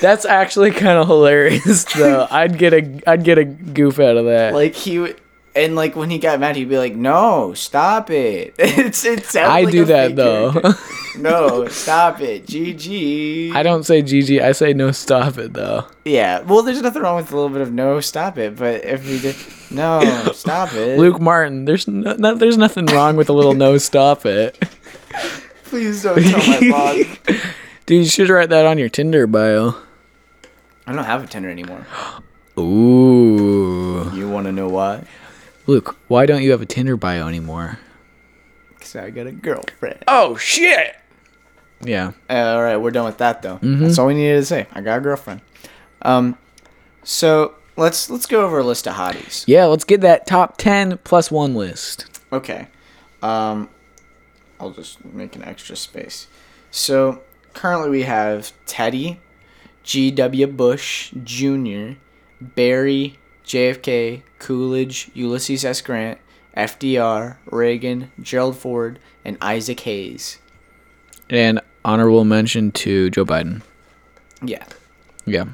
S1: That's actually kind of hilarious though. I'd get a I'd get a goof out of that.
S2: like he would and like when he got mad he'd be like no stop it it's it sounds
S1: I
S2: like
S1: do
S2: a
S1: that
S2: fake
S1: though.
S2: character. no, stop it. GG.
S1: I don't say GG, I say no stop it though.
S2: yeah. Well, there's nothing wrong with a little bit of no, stop it. But if we did, no, stop it.
S1: Luke Martin, there's no, no there's nothing wrong with a little no stop it.
S2: please don't tell my mom.
S1: Dude, you should write that on your Tinder bio.
S2: I don't have a Tinder anymore.
S1: Ooh.
S2: You want to know why?
S1: Luke, why don't you have a Tinder bio anymore?
S2: Because I got a girlfriend.
S1: Oh shit. Yeah.
S2: all right, we're done with that though.
S1: Mm-hmm.
S2: That's all we needed to say. I got a girlfriend. Um, so let's let's go over a list of hotties.
S1: Yeah, let's get that top 10 plus 1 list.
S2: Okay. Um, I'll just make an extra space. So currently we have Teddy, G.W. Bush Jr., Barry, JFK, Coolidge, Ulysses S. Grant, FDR, Reagan, Gerald Ford, and Isaac Hayes.
S1: And honorable mention to Joe Biden.
S2: Yeah.
S1: Yeah.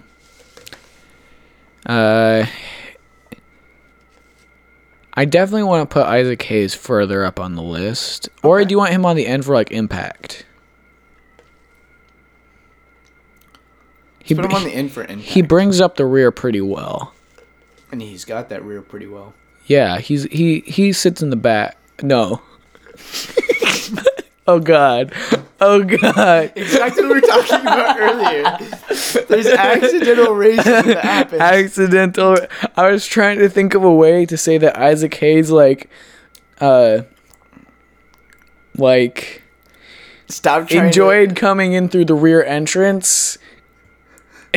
S1: Uh, I definitely want to put Isaac Hayes further up on the list, or do you want him on the end for like impact? He
S2: Put him
S1: br-
S2: on the end for impact,
S1: he brings up the rear pretty well.
S2: and he's got that rear pretty well.
S1: Yeah, he's he he sits in the back. No. Oh god. Oh god.
S2: Exactly what we were talking about earlier. There's accidental racism that happens.
S1: Accidental. I was trying to think of a way to say that Isaac Hayes like uh like
S2: Stop trying
S1: enjoyed coming in through the rear entrance.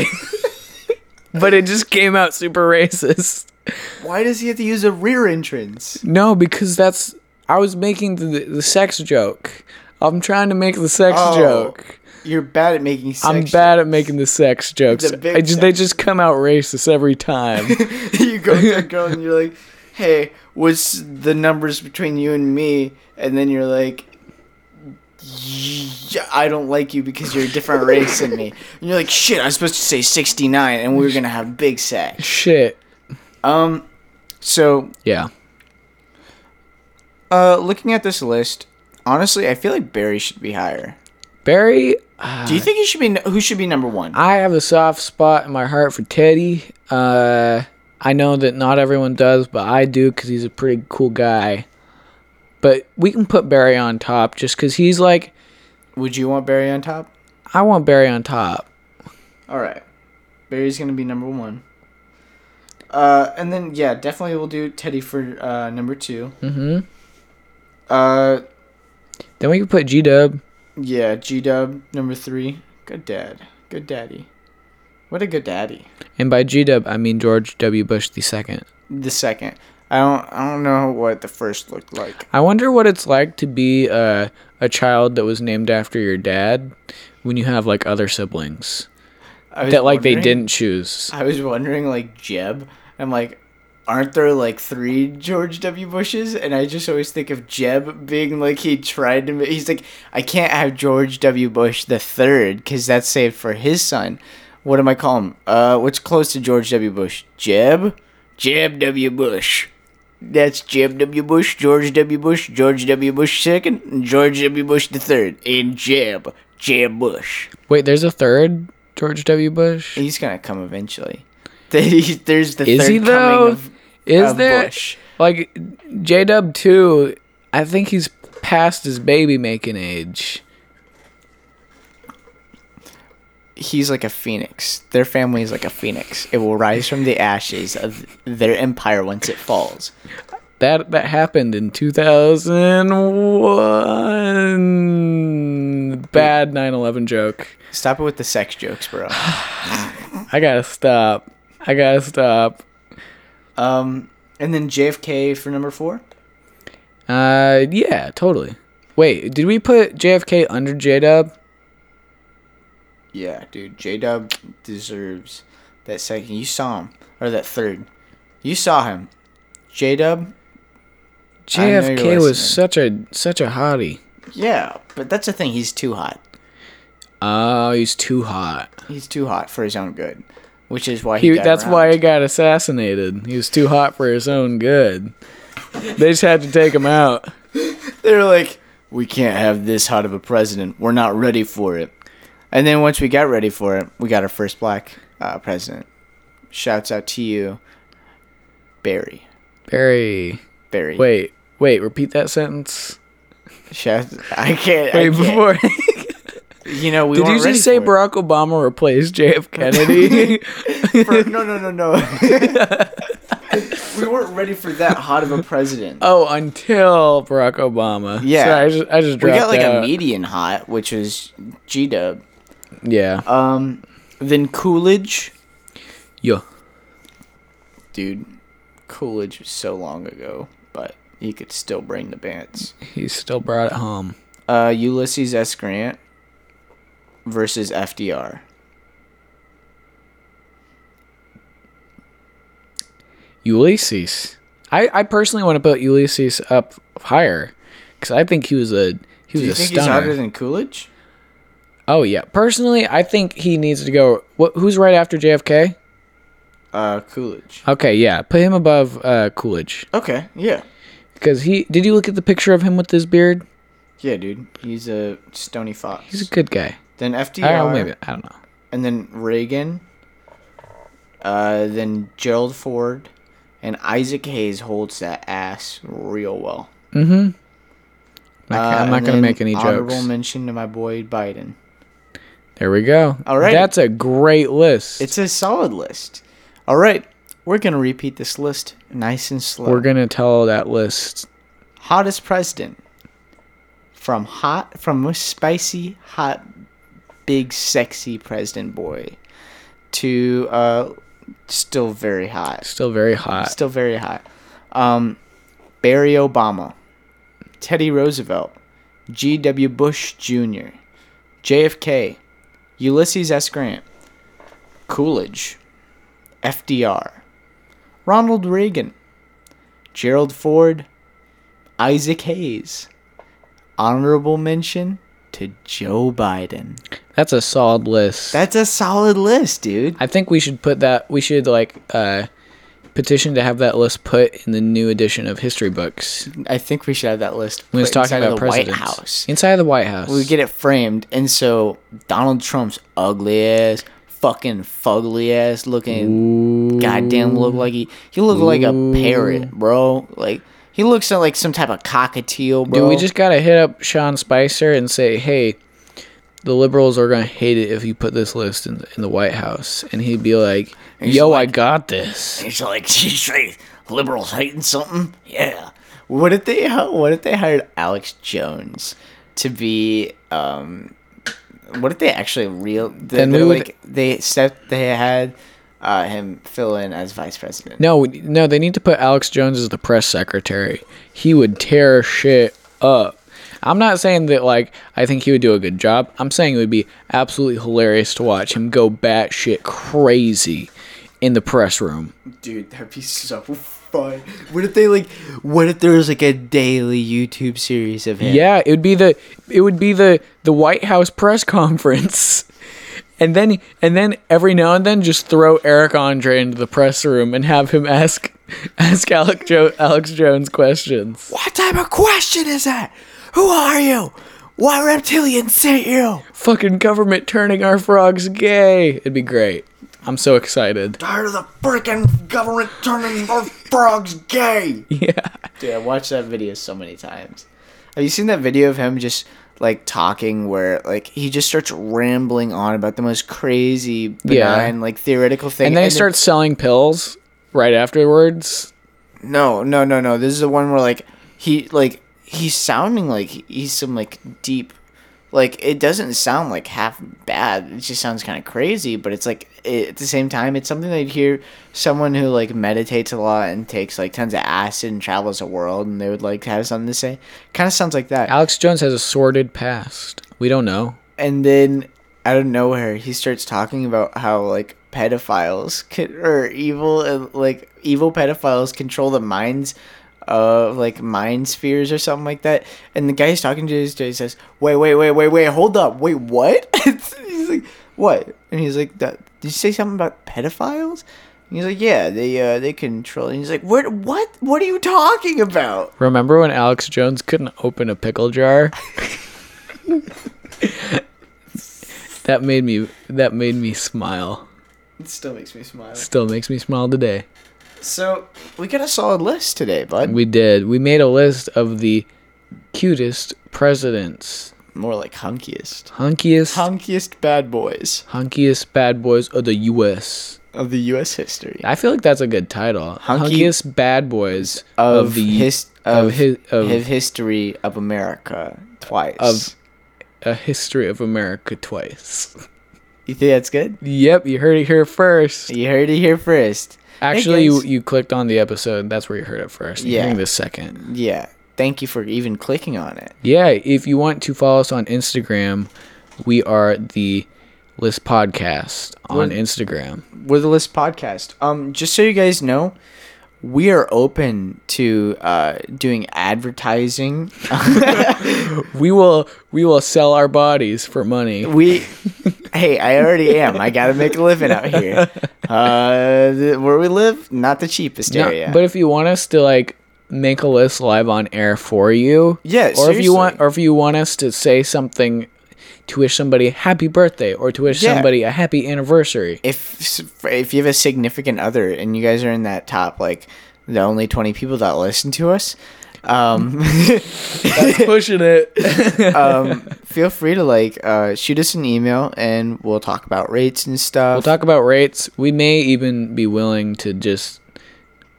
S1: but it just came out super racist.
S2: to. Why does he have to use a rear entrance?
S1: No, because that's I was making the the sex joke. I'm trying to make the sex
S2: Oh,
S1: joke.
S2: You're bad at making sex.
S1: I'm bad at making the sex jokes.
S2: It's a big
S1: I just, they
S2: sex
S1: just come out racist every time.
S2: you go to a girl and you're like, "Hey, what's the numbers between you and me?" And then you're like, "Yeah, "I don't like you because you're a different race than me." And you're like, "Shit, I'm supposed to say 69, and we were gonna have big sex."
S1: Shit.
S2: Um, so
S1: Yeah.
S2: uh, looking at this list, honestly, I feel like Barry should be higher.
S1: Barry, uh,
S2: Do you think he should be? Who should be number one?
S1: I have a soft spot in my heart for Teddy. Uh, I know that not everyone does, but I do because he's a pretty cool guy. But we can put Barry on top just because he's like,
S2: Would you want Barry on top?
S1: I want Barry on top.
S2: All right. Barry's going to be number one. Uh, and then, yeah, definitely we'll do Teddy for uh, number 2 Mm-hmm. Uh,
S1: Then we can put G Dub.
S2: yeah, G-Dub, number three. Good dad. Good daddy. What a good daddy.
S1: And by G Dub, I mean George W. Bush the second.
S2: The second. I don't, I don't know what the first looked like.
S1: I wonder what it's like to be uh, a child that was named after your dad when you have like other siblings
S2: I was
S1: that like they
S2: wondering-
S1: didn't choose.
S2: I was wondering, like, Jeb. I'm like, aren't there like three George W. Bushes? And I just always think of Jeb being like he tried to. ma- He's like, I can't have George W. Bush the third because that's saved for his son. What am I calling him? Uh, what's close to George W. Bush? Jeb. Jeb W. Bush. That's Jeb W. Bush, George W. Bush, George W. Bush second, and George W. Bush the third, and Jeb, Jeb Bush.
S1: Wait, there's a third George W. Bush.
S2: He's gonna come eventually. There's the
S1: Is
S2: third
S1: he
S2: coming
S1: though?
S2: of
S1: Is
S2: of
S1: there
S2: Bush.
S1: like J Dub two? I think he's past his baby making age.
S2: He's like a phoenix. Their family is like a phoenix. It will rise from the ashes of their empire once it falls.
S1: That that happened in two thousand one. Bad 9-11 joke.
S2: Stop it with the sex jokes, bro.
S1: I gotta stop. I gotta stop.
S2: Um, and then JFK for number four.
S1: Uh, yeah, totally. Wait, did we put JFK under J Dub?
S2: Yeah, dude, J Dub deserves that second. You saw him or that third. You saw him. J Dub. I know you're
S1: JFK was
S2: listening.
S1: such a such a hottie.
S2: Yeah, but that's the thing. He's too hot.
S1: Oh, he's too hot.
S2: He's too hot for his own good, which is why he.
S1: He,
S2: got
S1: that's
S2: around.
S1: why he got assassinated. He was too hot for his own good. They just had to take him out.
S2: They're like, we can't have this hot of a president. We're not ready for it. And then once we got ready for it, we got our first black uh, president. Shouts out to you, Barry.
S1: Barry,
S2: Barry.
S1: wait, wait, repeat that sentence.
S2: Shout, I can't.
S1: Wait,
S2: I can't.
S1: before
S2: You know, we
S1: did
S2: weren't
S1: you
S2: ready
S1: just say
S2: for
S1: Barack Obama replaced JF Kennedy?
S2: it. For- no, no, no, no. we weren't ready for that hot of a president.
S1: oh, until Barack Obama.
S2: Yeah.
S1: Sorry, I just I just
S2: we
S1: dropped
S2: got like
S1: out.
S2: a median hot, which was G Dub.
S1: Yeah,
S2: Um, then Coolidge.
S1: yo,
S2: dude, Coolidge was so long ago, but he could still bring the bands.
S1: he still brought it home.
S2: Uh, Ulysses S. Grant versus FDR.
S1: Ulysses. I, I personally want to put Ulysses up higher because I think he was a he was
S2: Do you
S1: a
S2: think he's
S1: stunner.
S2: harder than Coolidge?
S1: Oh yeah, personally, I think he needs to go. What? Who's right after JFK?
S2: Uh, Coolidge.
S1: Okay, yeah, put him above uh, Coolidge
S2: Okay, yeah,
S1: because he. Did you look at the picture of him with his beard?
S2: yeah, dude, he's a stony fox.
S1: He's a good guy.
S2: then
S1: I don't
S2: FDR,
S1: know, maybe I don't know.
S2: and then Reagan. Uh, then Gerald Ford, and Isaac Hayes holds that ass real well.
S1: I'm not,
S2: Uh,
S1: I'm not
S2: and
S1: gonna
S2: then
S1: make any
S2: Honorable
S1: jokes.
S2: mention to my boy Biden.
S1: There we go.
S2: All right.
S1: That's a great list.
S2: It's a solid list. All right, we're gonna repeat this list nice and slow.
S1: We're gonna tell that list.
S2: hottest president from hot from most spicy hot big sexy president boy to uh still very hot
S1: Still very hot.
S2: still very hot um barry obama teddy roosevelt gw bush jr jfk ulysses s grant coolidge fdr ronald reagan gerald ford Isaac Hayes. Honorable mention to Joe Biden.
S1: That's a solid list.
S2: That's a solid list, dude.
S1: I think we should put that. We should like uh, petition to have that list put in the new edition of history books.
S2: I think we should have that list.
S1: When it's
S2: put inside
S1: talking about
S2: of the White
S1: presidents.
S2: House.
S1: Inside of the White House.
S2: We get it framed, and so Donald Trump's ugly ass, fucking fugly ass looking, goddamn look like he he looked like a parrot, bro. Like he looks like some type of cockatiel, bro.
S1: Dude, we just gotta hit up Sean Spicer and say, "Hey, the liberals are gonna hate it if you put this list in, in the White House," and he'd be like, "Yo, I got this."
S3: He's like, she's right. Liberals hating something? Yeah.
S2: What if they what if they hired Alex Jones to be um what if they actually real they,
S1: Then we
S2: they're
S1: would-
S2: like they said they had uh him fill in as vice president.
S1: No, no, they need to put Alex Jones as the press secretary. He would tear shit up. I'm not saying that like I think he would do a good job. I'm saying it would be absolutely hilarious to watch him go batshit crazy in the press room.
S2: Dude, that'd be so fun. What if they like what if there was like a daily YouTube series of him?
S1: Yeah, it would be the it would be the the White House press conference. And then and then every now and then just throw Eric Andre into the press room and have him ask ask Alex, jo- Alex Jones questions.
S2: What type of question is that? Who are you? What reptilian sent you?
S1: Fucking government turning our frogs gay. It'd be great. I'm so excited.
S2: Tired of the freaking government turning our frogs gay.
S1: Yeah.
S2: Dude, I watched that video so many times. Have you seen that video of him just like talking where like he just starts rambling on about the most crazy
S1: Yeah.
S2: benign like theoretical thing
S1: And then he starts selling pills right afterwards.
S2: No, no, no, no. This is the one where like he like he's sounding like he's some like deep like it doesn't sound like half bad. It just sounds kind of crazy, but it's like it, at the same time it's something that you'd hear someone who like meditates a lot and takes like tons of acid and travels the world and they would like have something to say. Kind of sounds like that.
S1: Alex Jones has a sordid past. We don't know.
S2: and then out of nowhere he starts talking about how like pedophiles could or evil and like evil pedophiles control the minds of like mind spheres or something like that and the guy he's talking to is he says wait wait wait wait wait hold up wait what he's like what and he's like that did you say something about pedophiles and he's like yeah they uh they control and he's like what what what are you talking about
S1: Remember when Alex Jones couldn't open a pickle jar? that made me that made me smile.
S2: it still makes me smile
S1: Still makes me smile today.
S2: so we got a solid list today bud
S1: We did. We made a list of the cutest presidents,
S2: more like hunkiest
S1: hunkiest,
S2: hunkiest bad boys
S1: hunkiest bad boys of the U.S.
S2: of the U.S. history.
S1: I feel like that's a good title.
S2: Hunky-
S1: hunkiest bad boys
S2: Of,
S1: of, the
S2: his
S1: of
S2: of,
S1: his-
S2: his
S1: of-
S2: history of America twice.
S1: Of- a history of America twice.
S2: you think that's good?
S1: Yep, you heard it here first.
S2: You heard it here first. Hey,
S1: Actually, you,
S2: guys.
S1: you clicked on the episode. That's where you heard it first. You're
S2: Yeah.
S1: hearing this second.
S2: yeah. Thank you for even clicking on it.
S1: Yeah, if you want to follow us on Instagram, we are the List Podcast on Instagram.
S2: We're the List Podcast. Um, just so you guys know, we are open to uh doing advertising.
S1: We will we will sell our bodies for money.
S2: we hey i already am i gotta make a living out here uh th- where we live not the cheapest
S1: No,
S2: area
S1: but if you want us to like make a list live on air for you,
S2: Yeah,
S1: or if
S2: seriously.
S1: you want or if you want us to say something to wish somebody happy birthday or to wish
S2: Yeah.
S1: somebody a happy anniversary.
S2: if if you have a significant other and you guys are in that top like the only 20 people that listen to us Um,
S1: That's pushing it.
S2: um, feel free to like uh, shoot us an email and we'll talk about rates and stuff.
S1: we'll talk about rates. We may even be willing to just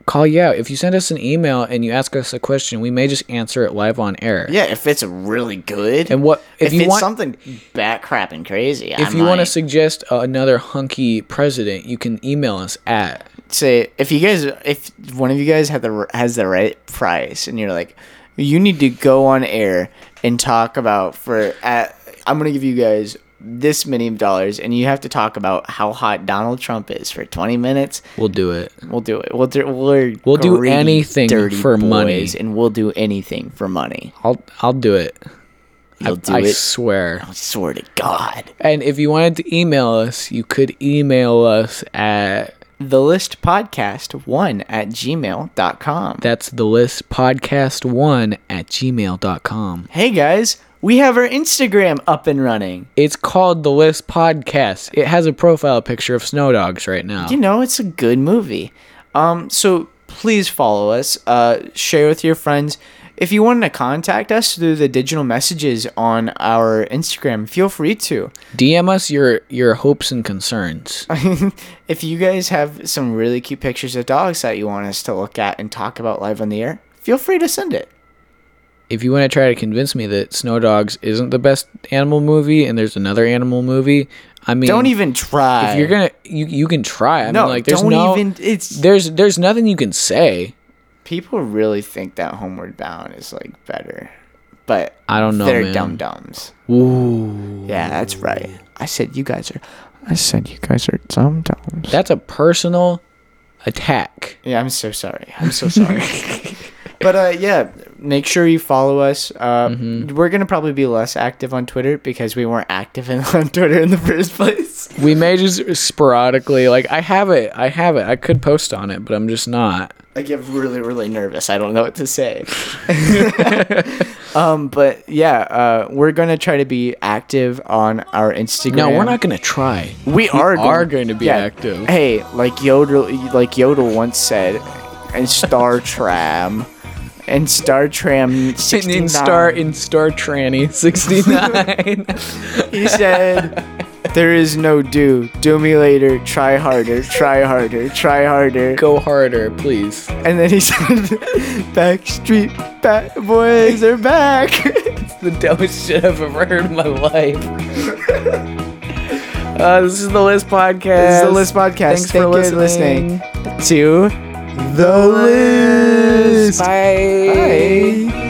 S1: call you out. If you send us an email and you ask us a question, we may just answer it live on air.
S2: yeah, if it's really good
S1: And what if,
S2: if
S1: you
S2: it's
S1: want
S2: something
S3: Bat crapping crazy.
S1: if you want to suggest uh, another hunky president, you can email us at
S2: say if you guys if one of you guys had the has the right price and you're like you need to go on air and talk about for at, I'm gonna give you guys this many dollars and you have to talk about how hot Donald Trump is for 20 minutes
S1: we'll do it.
S2: we'll do it we'll do we're
S1: We'll do
S2: greedy,
S1: anything for money.
S2: and we'll do anything for money
S1: I'll I'll do it.
S2: you'll
S1: I,
S2: do
S1: I
S2: it
S1: swear.
S2: I swear to God
S1: And if you wanted to email us, you could email us at
S2: the list podcast one at gmail.com
S1: that's the list podcast one at gmail.com.
S2: hey guys we have our Instagram up and running
S1: It's called the list podcast. It has a profile picture of snow dogs right now.
S2: you know it's a good movie um so please follow us uh share with your friends if you want to contact us through the digital messages on our instagram feel free to
S1: DM us your your hopes and concerns.
S2: if you guys have some really cute pictures of dogs that you want us to look at and talk about live on the air feel free to send it
S1: if you want to try to convince me that Snow Dogs isn't the best animal movie and there's another animal movie, I mean,
S2: don't even try
S1: If you're gonna, you you can try. I
S2: no
S1: mean, like there's
S2: don't
S1: no,
S2: even it's
S1: there's there's nothing you can say.
S2: people really think that homeward bound is like better but
S1: I don't know,
S2: they're
S1: man.
S2: dum dums
S1: Ooh,
S2: Yeah, that's right. I said you guys are. I said you guys are sometimes.
S1: that's a personal attack.
S2: yeah, I'm so sorry. I'm so sorry. but uh, yeah, make sure you follow us. Uh, We're gonna probably be less active on Twitter because we weren't active in, on Twitter in the first place.
S1: We may just sporadically, like I have it, I have it. I could post on it, but I'm just not.
S2: I get really, really nervous. I don't know what to say. um, but yeah, uh, we're gonna try to be active on our Instagram.
S1: No, we're not gonna try.
S2: We are
S1: are going to be active.
S2: Hey, like Yodel, like Yodel once said, and Star Tram, and Star Tram
S1: In,
S2: 69.
S1: in Star in Star Tranny 69.
S2: he said, "There is no do. Do me later. Try harder. Try harder. Try harder."
S1: Go harder, please.
S2: And then he said, "Backstreet Bat Boys are back."
S1: the dumbest shit I've ever heard in my life. uh, this is the List Podcast.
S2: this is the List Podcast.
S1: Thanks
S2: Thank you
S1: for listening.
S2: listening to the List.
S1: Bye.
S2: Bye.